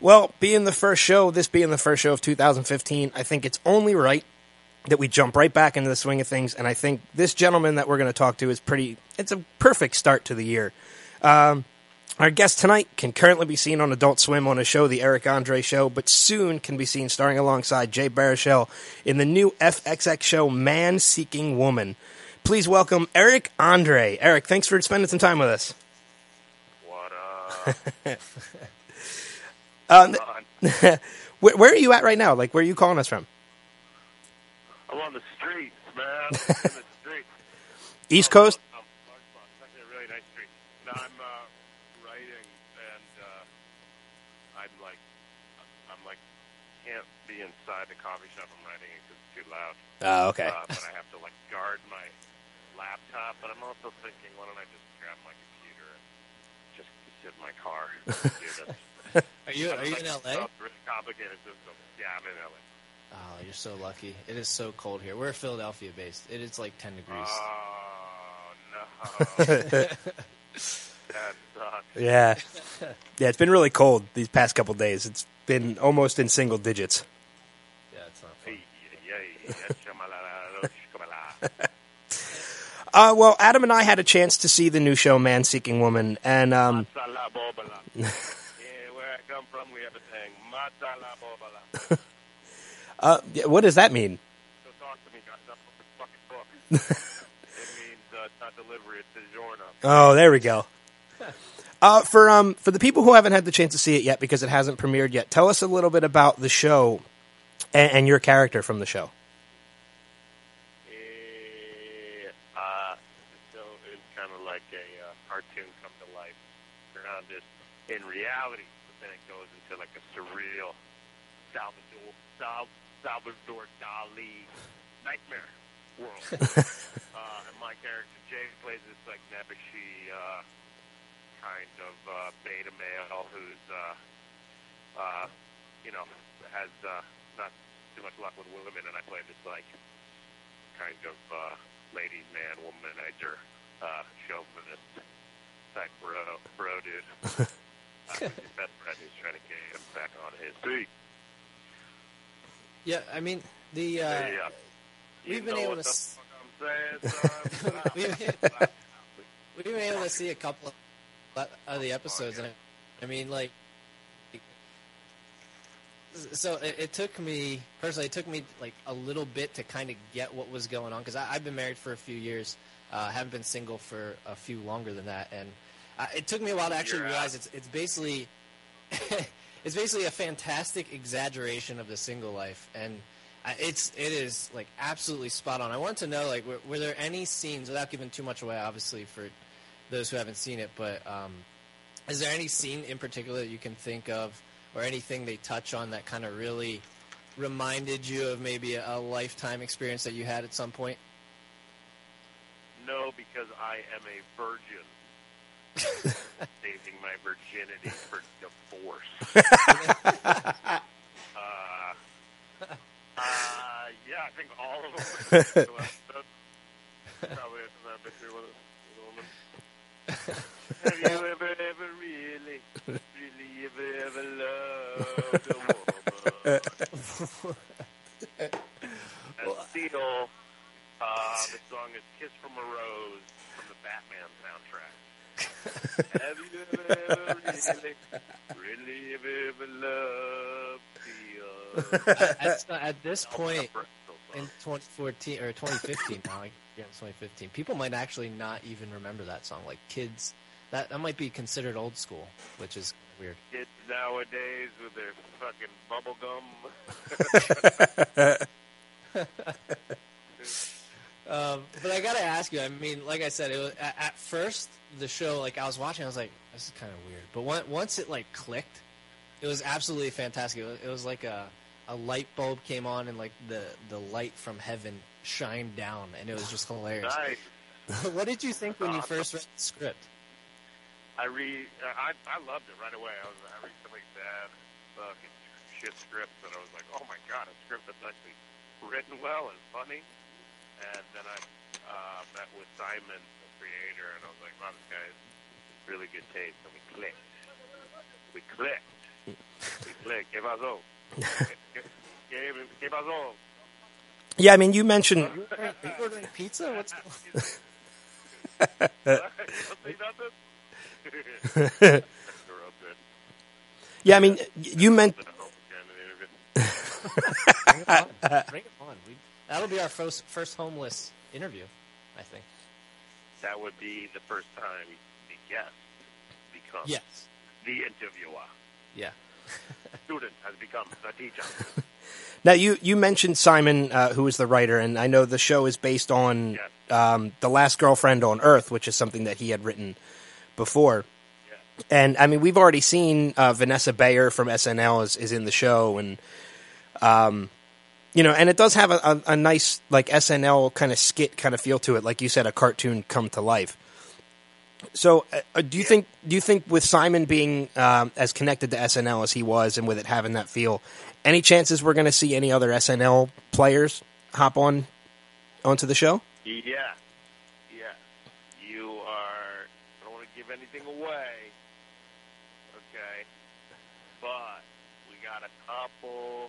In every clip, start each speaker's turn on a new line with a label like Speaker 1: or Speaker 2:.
Speaker 1: Well, being the first show, this being the first show of 2015, I think it's only right that we jump right back into the swing of things. And I think this gentleman that we're going to talk to is pretty, it's a perfect start to the year. Um, our guest tonight can currently be seen on Adult Swim on a show, The Eric Andre Show, but soon can be seen starring alongside Jay Baruchel in the new FXX show, Man Seeking Woman. Please welcome Eric Andre. Eric, thanks for spending some time with us.
Speaker 2: What up?
Speaker 1: Um,
Speaker 2: on?
Speaker 1: where, where are you at right now? Like, where are you calling us from?
Speaker 2: I'm on the streets, man. I'm in the streets.
Speaker 1: East Coast?
Speaker 2: Um, large block. It's actually a really nice street. And I'm uh, writing, and uh, I'm like, I'm like, can't be inside the coffee shop I'm writing because it's too loud.
Speaker 1: Oh, okay.
Speaker 2: Uh, but I have to like guard my laptop. But I'm also thinking, why don't I just grab my computer and just sit in my car? and do this?
Speaker 3: Are you are you in LA?
Speaker 2: It's really complicated system. Yeah, I'm in LA.
Speaker 3: Oh, you're so lucky. It is so cold here. We're Philadelphia based. It is like 10 degrees.
Speaker 2: Uh, Oh no. that sucks.
Speaker 1: Yeah. Yeah, it's been really cold these past couple days. It's been almost in single digits.
Speaker 3: yeah, it's not fun.
Speaker 2: Hey, yay, shamalala, shamalala.
Speaker 1: Uh, well, Adam and I had a chance to see the new show, Man Seeking Woman, and um,
Speaker 2: Masala bobala. Yeah, where I come from, we have a saying, Masala bobala. So
Speaker 1: uh, yeah, what does that mean?
Speaker 2: talk to me, guys. I'm from the fucking book. it means uh, it's not delivery, it's DiGiorno.
Speaker 1: Oh, there we go. Uh, for um, for the people who haven't had the chance to see it yet because it hasn't premiered yet, tell us a little bit about the show and, and your character from the show.
Speaker 2: Eh, uh, so it's kind of like a uh, cartoon come to life around this in reality, but then it goes into like a surreal Salvador Sal, Salvador Dali nightmare world. uh, and my character James plays this like nebbishy uh, kind of uh, beta male who's uh, uh, you know has uh, not too much luck with women, and I play this like kind of uh, ladies' man, womanizer, uh, chauvinist type bro, bro dude. uh, he's his best friend who's trying to get him back on his feet.
Speaker 3: Yeah, I mean, the. Uh,
Speaker 2: yeah.
Speaker 3: we've
Speaker 2: You
Speaker 3: been
Speaker 2: know
Speaker 3: able
Speaker 2: what
Speaker 3: to
Speaker 2: the
Speaker 3: s-
Speaker 2: fuck I'm saying, son.
Speaker 3: We've been able to see a couple of the episodes, and I, I mean, like, so it, it took me personally. It took me like a little bit to kind of get what was going on because I've been married for a few years. Uh, haven't been single for a few longer than that, and I, it took me a while to actually
Speaker 2: You're out.
Speaker 3: realize it's it's basically it's basically a fantastic exaggeration of the single life, and I- it's it is like absolutely spot on. I wanted to know like were, were there any scenes without giving too much away, obviously for those who haven't seen it, but um, is there any scene in particular that you can think of, or anything they touch on that kind of really reminded you of maybe a, a lifetime experience that you had at some point?
Speaker 2: no, because I am a virgin. Saving my virginity for divorce. uh, uh, yeah, I think all of them. Probably that's not a picture with a with a woman. Have you ever, ever really, really ever, ever loved a woman? And Seal, uh, the song is Kiss from a Rose from the Batman soundtrack. Have you ever, really, really ever, ever loved uh, Seal?
Speaker 3: at, at, uh, at this point, in
Speaker 2: Bristol
Speaker 3: 2014 or 2015 now. Like, yeah, it's 2015. People might actually not even remember that song. Like kids, that that might be considered old school, which is weird.
Speaker 2: kids nowadays with their fucking bubble gum.
Speaker 3: Um, but I gotta ask you. I mean, like I said, it was, at, at first the show, like I was watching, I was like, this is kind of weird. But on- once it like clicked, it was absolutely fantastic. It was, it was like a a light bulb came on and like the the light from heaven shined down, and it was just hilarious.
Speaker 2: Nice.
Speaker 3: what did you think when you first read the script?
Speaker 2: I re I I loved it right away. I was I recently bad fucking shit script and I was like, oh my god, a script that's actually written well and funny. And then I uh, met with Simon, the creator, and I was like, wow, this guy has really good taste. And we clicked. We clicked. We inglés? ¿Qué pasó? ¿Qué, qué, qué pasó?
Speaker 1: Yeah, I mean, you mentioned
Speaker 3: Are you ordering pizza? What's
Speaker 2: Don't say nothing? They're up there.
Speaker 1: Yeah, I mean, you meant
Speaker 2: But I hope we can in the interview.
Speaker 3: bring it on? Bring it on. We, that'll be our first first homeless interview, I think.
Speaker 2: That would be the first time the guest becomes
Speaker 3: Yes.
Speaker 2: the interviewer.
Speaker 3: Yeah.
Speaker 2: Student has become the teacher.
Speaker 1: now you you mentioned Simon, uh, who is the writer, and I know the show is based on um, the Last Girlfriend on Earth, which is something that he had written before.
Speaker 2: Yeah.
Speaker 1: And I mean, we've already seen uh, Vanessa Bayer from SNL is, is in the show, and um, you know, and it does have a, a, a nice like SNL kind of skit kind of feel to it, like you said, a cartoon come to life. So, uh, uh, do you think do you think with Simon being um, as connected to SNL as he was, and with it having that feel, any chances we're going to see any other SNL players hop on onto the show?
Speaker 2: Yeah. Yeah. You are. I don't want to give anything away. Okay. But we got a couple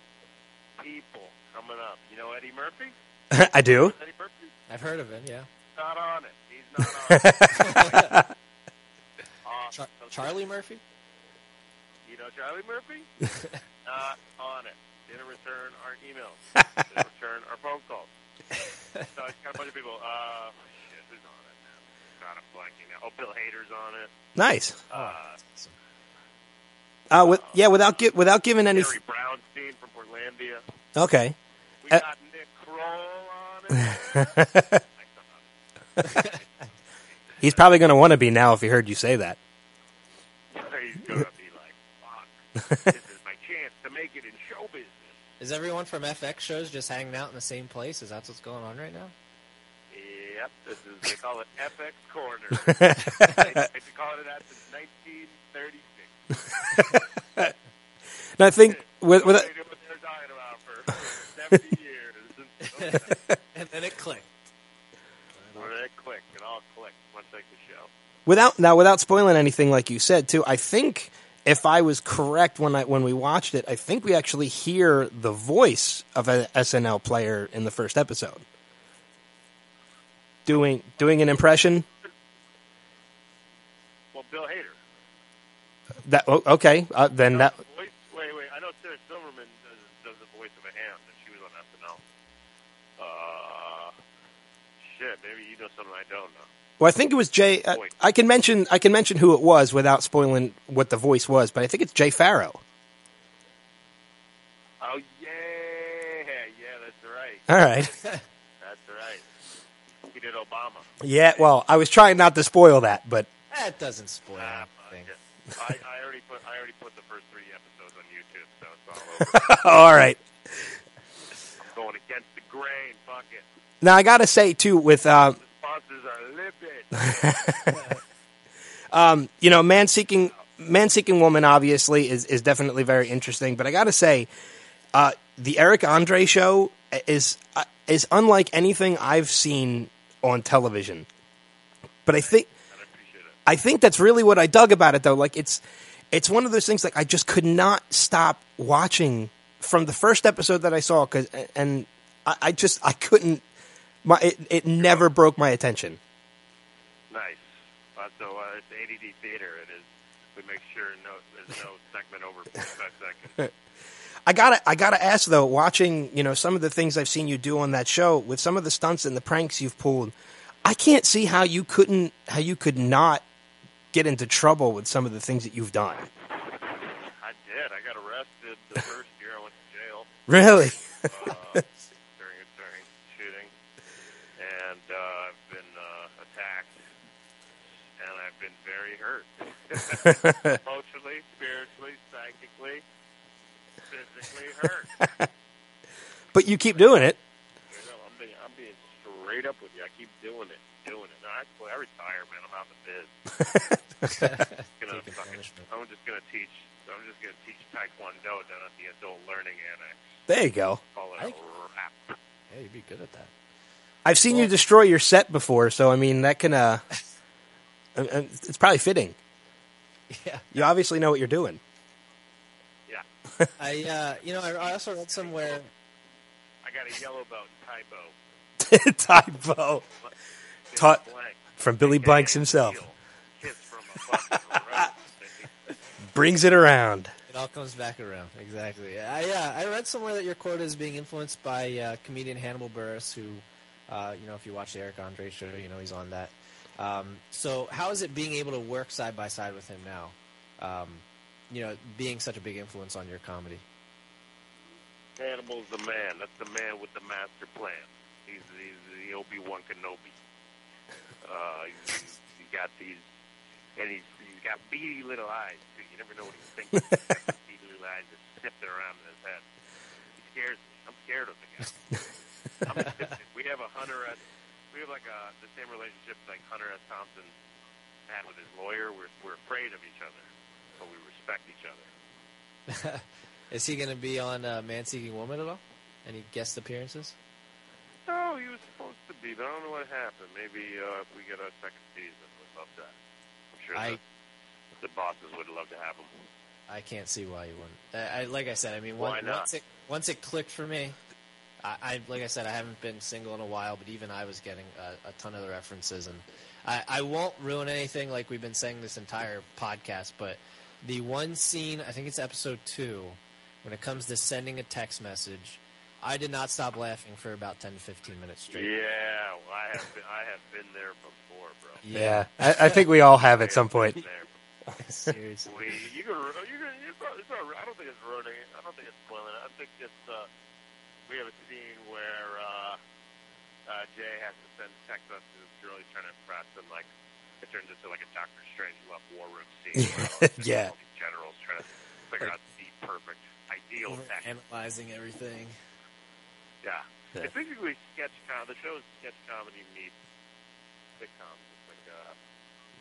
Speaker 2: people coming up. You know Eddie Murphy?
Speaker 1: I do.
Speaker 2: Eddie Murphy?
Speaker 3: I've heard of him, yeah.
Speaker 2: Not on it. He's not on it.
Speaker 3: Char- Charlie Murphy?
Speaker 2: You know Charlie Murphy? Not on it. Didn't return our emails. Didn't return our phone calls. So it's got a bunch of people. Uh, shit, who's on it now? God, I'm blanking now. Oh, Bill Hader's on it.
Speaker 1: Nice.
Speaker 2: Uh,
Speaker 1: Uh, with, yeah, without gi- without giving any.
Speaker 2: Harry Brownstein from Portlandia.
Speaker 1: Okay.
Speaker 2: We
Speaker 1: Uh,
Speaker 2: got Nick Kroll on it. I don't know.
Speaker 1: He's probably going to want to be now if he heard you say that.
Speaker 2: uh, He's gonna be like, fuck. this is my chance to make it in show business.
Speaker 3: Is everyone from FX shows just hanging out in the same place? Is that what's going on right now?
Speaker 2: Yep, this is they call it FX Corner. they, they call it that since 1936.
Speaker 1: And I think with, with
Speaker 2: They knew what they were talking about for 70 years.
Speaker 3: And then it clicked.
Speaker 2: When it clicked, it all clicked, much like the show.
Speaker 1: without now without spoiling anything like you said too. I think if I was correct when I when we watched it, I think we actually hear the voice of an SNL player in the first episode doing doing an impression.
Speaker 2: Well, Bill Hader.
Speaker 1: That oh, okay, uh, then that
Speaker 2: Voice, wait, wait. I know Sarah Silverman does, does the voice of a hound, and she was on SNL. Uh, shit, maybe you know something I don't know.
Speaker 1: Well, I think it was Jay. Uh, I can mention I can mention who it was without spoiling what the voice was, but I think it's Jay Farrow.
Speaker 2: Oh, yeah. Yeah, that's right.
Speaker 1: All right.
Speaker 2: That's right. He did Obama.
Speaker 1: Yeah. Well, I was trying not to spoil that, but
Speaker 3: That doesn't spoil
Speaker 2: Ah,
Speaker 3: anything.
Speaker 2: fuck it. I, I already put I already put the first three episodes on YouTube, so it's all over.
Speaker 1: all right.
Speaker 2: I'm going against the grain. Fuck it.
Speaker 1: Now I gotta say too, with uh,
Speaker 2: The sponsors are livid.
Speaker 1: you know, man seeking man seeking woman obviously is is definitely very interesting, but I gotta say, uh, the Eric Andre show is uh, is unlike anything I've seen on television. But I think
Speaker 2: I appreciate it.
Speaker 1: I think that's really what I dug about it though. Like it's it's one of those things like I just could not stop watching from the first episode that I saw cause, and I, I just I couldn't my it, it never broke my attention.
Speaker 2: Nice. Uh, so uh, it's ADD theater. It is. We make sure no there's no segment over 45 seconds.
Speaker 1: I gotta I gotta ask though, watching, you know, some of the things I've seen you do on that show with some of the stunts and the pranks you've pulled, I can't see how you couldn't how you could not get into trouble with some of the things that you've done.
Speaker 2: I did. I got arrested the first year I went to jail.
Speaker 1: Really?
Speaker 2: uh, during during shooting, and uh, I've been uh, attacked, and I've been very hurt emotionally, spiritually, psychically, physically hurt.
Speaker 1: But you keep doing it.
Speaker 2: You know, I'm being I'm being straight up with you. I keep doing it, doing it. No, actually, I retire, man. I'm out of the biz. gonna
Speaker 3: Taking
Speaker 2: fucking,
Speaker 3: punishment.
Speaker 2: I'm just gonna teach. I'm just gonna teach Taekwondo down at the adult learning annex.
Speaker 1: There you go.
Speaker 2: Call it
Speaker 3: I
Speaker 2: a
Speaker 3: think-
Speaker 2: wrap.
Speaker 3: Yeah, you'd be good at that.
Speaker 1: I've seen you destroy your set before, so I mean that can uh I- I- it's probably fitting.
Speaker 3: Yeah.
Speaker 1: You obviously know what you're doing.
Speaker 2: Yeah.
Speaker 3: I, uh, you know, I, I also read somewhere.
Speaker 2: I got a yellow belt in Taibo.
Speaker 1: Typo Taught from Billy Blanks himself.
Speaker 2: Kiss from a fucking rose.
Speaker 1: Brings it around.
Speaker 3: It all comes back around. Exactly. I, yeah, I read somewhere that your quote is being influenced by uh, comedian Hannibal Burris, who, uh, you know, if you watch the Eric Andre show, you know he's on that. Um, so, how is it being able to work side by side with him now? Um, you know, being such a big influence on your comedy.
Speaker 2: Hannibal's the man. That's the man with the master plan. He's, he's the Obi Wan Kenobi. Uh, he's, he's, he got these, and he's he's got beady little eyes too. You never know what he's thinking. He's got these beady little eyes just sniffing around in his head. He scares me. I'm scared of the guy. I'm insistent. We have a Hunter S. We have like a the same relationship like Hunter S. Thompson had with his lawyer. We're we're afraid of each other, but we respect each other.
Speaker 3: Is he going to be on uh, Man Seeking Woman at all? Any guest appearances?
Speaker 2: No, he was supposed to be, but I don't know what happened. Maybe uh, if we get a second season, we'd love that. I'm sure
Speaker 3: I-
Speaker 2: the, the bosses would love to have him.
Speaker 3: I can't see why you wouldn't. I, I, like I said, I mean,
Speaker 2: Why
Speaker 3: one,
Speaker 2: not?
Speaker 3: once it once it clicked for me, I, I like I said, I haven't been single in a while, but even I was getting a, a ton of the references, and I, I won't ruin anything like we've been saying this entire podcast. But the one scene, I think it's episode two, when it comes to sending a text message, I did not stop laughing for about ten to fifteen minutes straight.
Speaker 2: Yeah, well, I have been, I have been there before, bro.
Speaker 1: Yeah, I, I think we all have at some point.
Speaker 2: Been there before.
Speaker 3: seriously.
Speaker 2: We, you can, ru- you can, it's not, it's not, I don't think it's ruining it. I don't think it's spoiling it. I think it's, uh, we have a scene where, uh, uh, Jay has to send text messages to this girl he's trying to impress, and, like, it turns into, like, a Doctor Strange love war room scene. Where all these-
Speaker 1: Yeah.
Speaker 2: All these generals trying to figure out the perfect, ideal text.
Speaker 3: Analyzing everything.
Speaker 2: Yeah.
Speaker 1: Yeah.
Speaker 2: It's basically sketch com. The show is sketch comedy meets sitcom. It's like a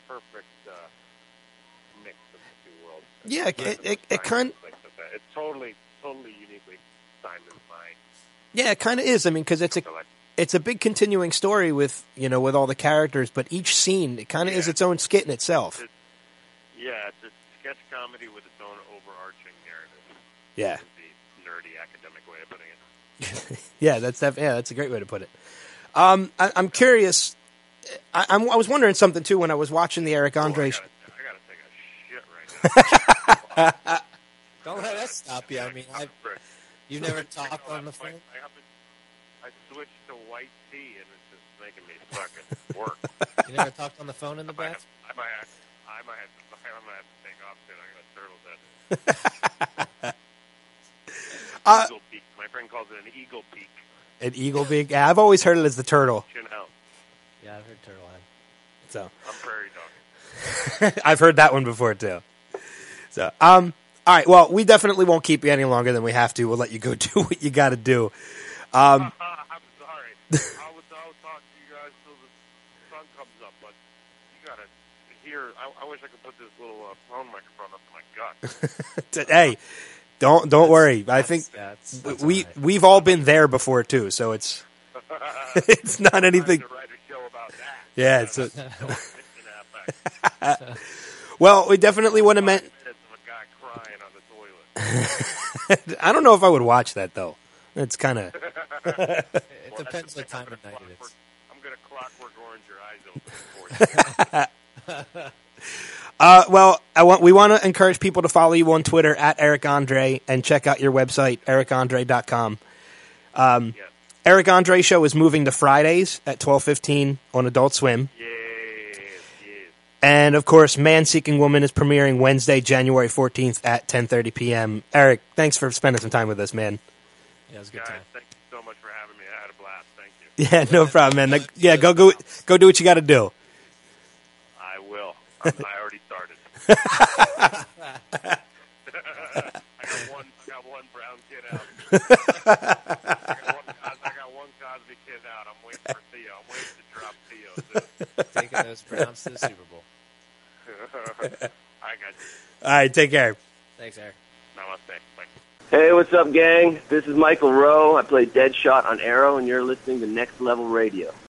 Speaker 2: perfect uh, mix of the two worlds.
Speaker 1: Yeah, it- it- it
Speaker 2: Simon's
Speaker 1: kind-
Speaker 2: like the best. It's totally, totally uniquely Simon's mind.
Speaker 1: Yeah, it kind of is. I mean, because it's a
Speaker 2: So like,
Speaker 1: it's a big continuing story with you know with all the characters, but each scene it kind of is
Speaker 2: Yeah.
Speaker 1: its own skit in itself.
Speaker 2: yeah, it's a sketch comedy with its own overarching narrative.
Speaker 1: Yeah,
Speaker 2: Is the nerdy academic way of putting it.
Speaker 1: yeah, that's def- yeah, that's a great way to put it. Um, I, I'm curious. I, I'm, I was wondering something too when I was watching the Eric
Speaker 2: Oh, I,
Speaker 1: Andre. sh-
Speaker 2: gotta, I gotta take a shit right
Speaker 3: Don't let us stop you.
Speaker 2: now.
Speaker 3: I mean, I,
Speaker 2: Frick.
Speaker 3: you've never
Speaker 2: I
Speaker 3: talked
Speaker 2: know,
Speaker 3: on the
Speaker 2: that's why
Speaker 3: phone.
Speaker 2: I, haven't, I switched to white tea, and it's just making me fucking work.
Speaker 3: You never talked on the phone in the
Speaker 2: I might,
Speaker 3: bathroom.
Speaker 2: have, I, might have, I might have to. I might have to take off soon. I got a turtle's head.
Speaker 1: Uh,
Speaker 2: eagle beak. My friend calls it an eagle beak.
Speaker 1: an eagle being. Yeah, I've always heard it as the turtle.
Speaker 2: You know,
Speaker 3: Yeah, I've heard turtle head.
Speaker 1: So
Speaker 2: I'm prairie dog.
Speaker 1: I've heard that one before too. So um, all right. Well, we definitely won't keep you any longer than we have to. We'll let you go do what you got to do. Um,
Speaker 2: I'm sorry. I was I'll talk to you guys till the sun comes up, but you gotta hear. I, I wish I could put this little uh, phone microphone up my gut.
Speaker 1: hey, don't don't worry. I think
Speaker 3: that's,
Speaker 1: we we've all been there before too. So it's it's not anything.
Speaker 2: to write a show about that.
Speaker 1: Yeah. It's a,
Speaker 2: It's
Speaker 1: well, we definitely would have meant.
Speaker 2: of a guy crying on the toilet.
Speaker 1: I don't know if I would watch that though. It's kind of
Speaker 3: it
Speaker 2: Well, that's
Speaker 3: depends
Speaker 2: the
Speaker 3: what
Speaker 2: thing. I'm
Speaker 3: time of
Speaker 2: gonna
Speaker 3: night it is.
Speaker 2: clockwork- I'm going to clockwork orange your eyes open for you.
Speaker 1: uh, well. I want we want to encourage people to follow you on Twitter at Eric Andre and check out your website ericandre.com.
Speaker 2: yeah.
Speaker 1: Eric Andre show is moving to Fridays at twelve fifteen on Adult Swim,
Speaker 2: Yes, yes.
Speaker 1: and of course, Man Seeking Woman is premiering Wednesday, January fourteenth at ten thirty p.m. Eric, thanks for spending some time with us, man.
Speaker 3: Yeah, it was a good
Speaker 2: Guys,
Speaker 3: time.
Speaker 2: thank you so much for having me. I had a blast. Thank you.
Speaker 1: Yeah, no problem, man. Like, yeah, go go go do what you got to do.
Speaker 2: I will. I'm, I already started. I got one. I got one brown kid out. I got one, Cos- I got one Cosby kid out. I'm waiting for Theo. I'm waiting to drop Theo. soon.
Speaker 3: Taking those Browns to the Super Bowl.
Speaker 2: I got you.
Speaker 1: All right, take care.
Speaker 3: Thanks, Eric.
Speaker 2: Namaste. Bye.
Speaker 4: Hey, what's up, gang? This is Michael Rowe. I play Deadshot on Arrow, and you're listening to Next Level Radio.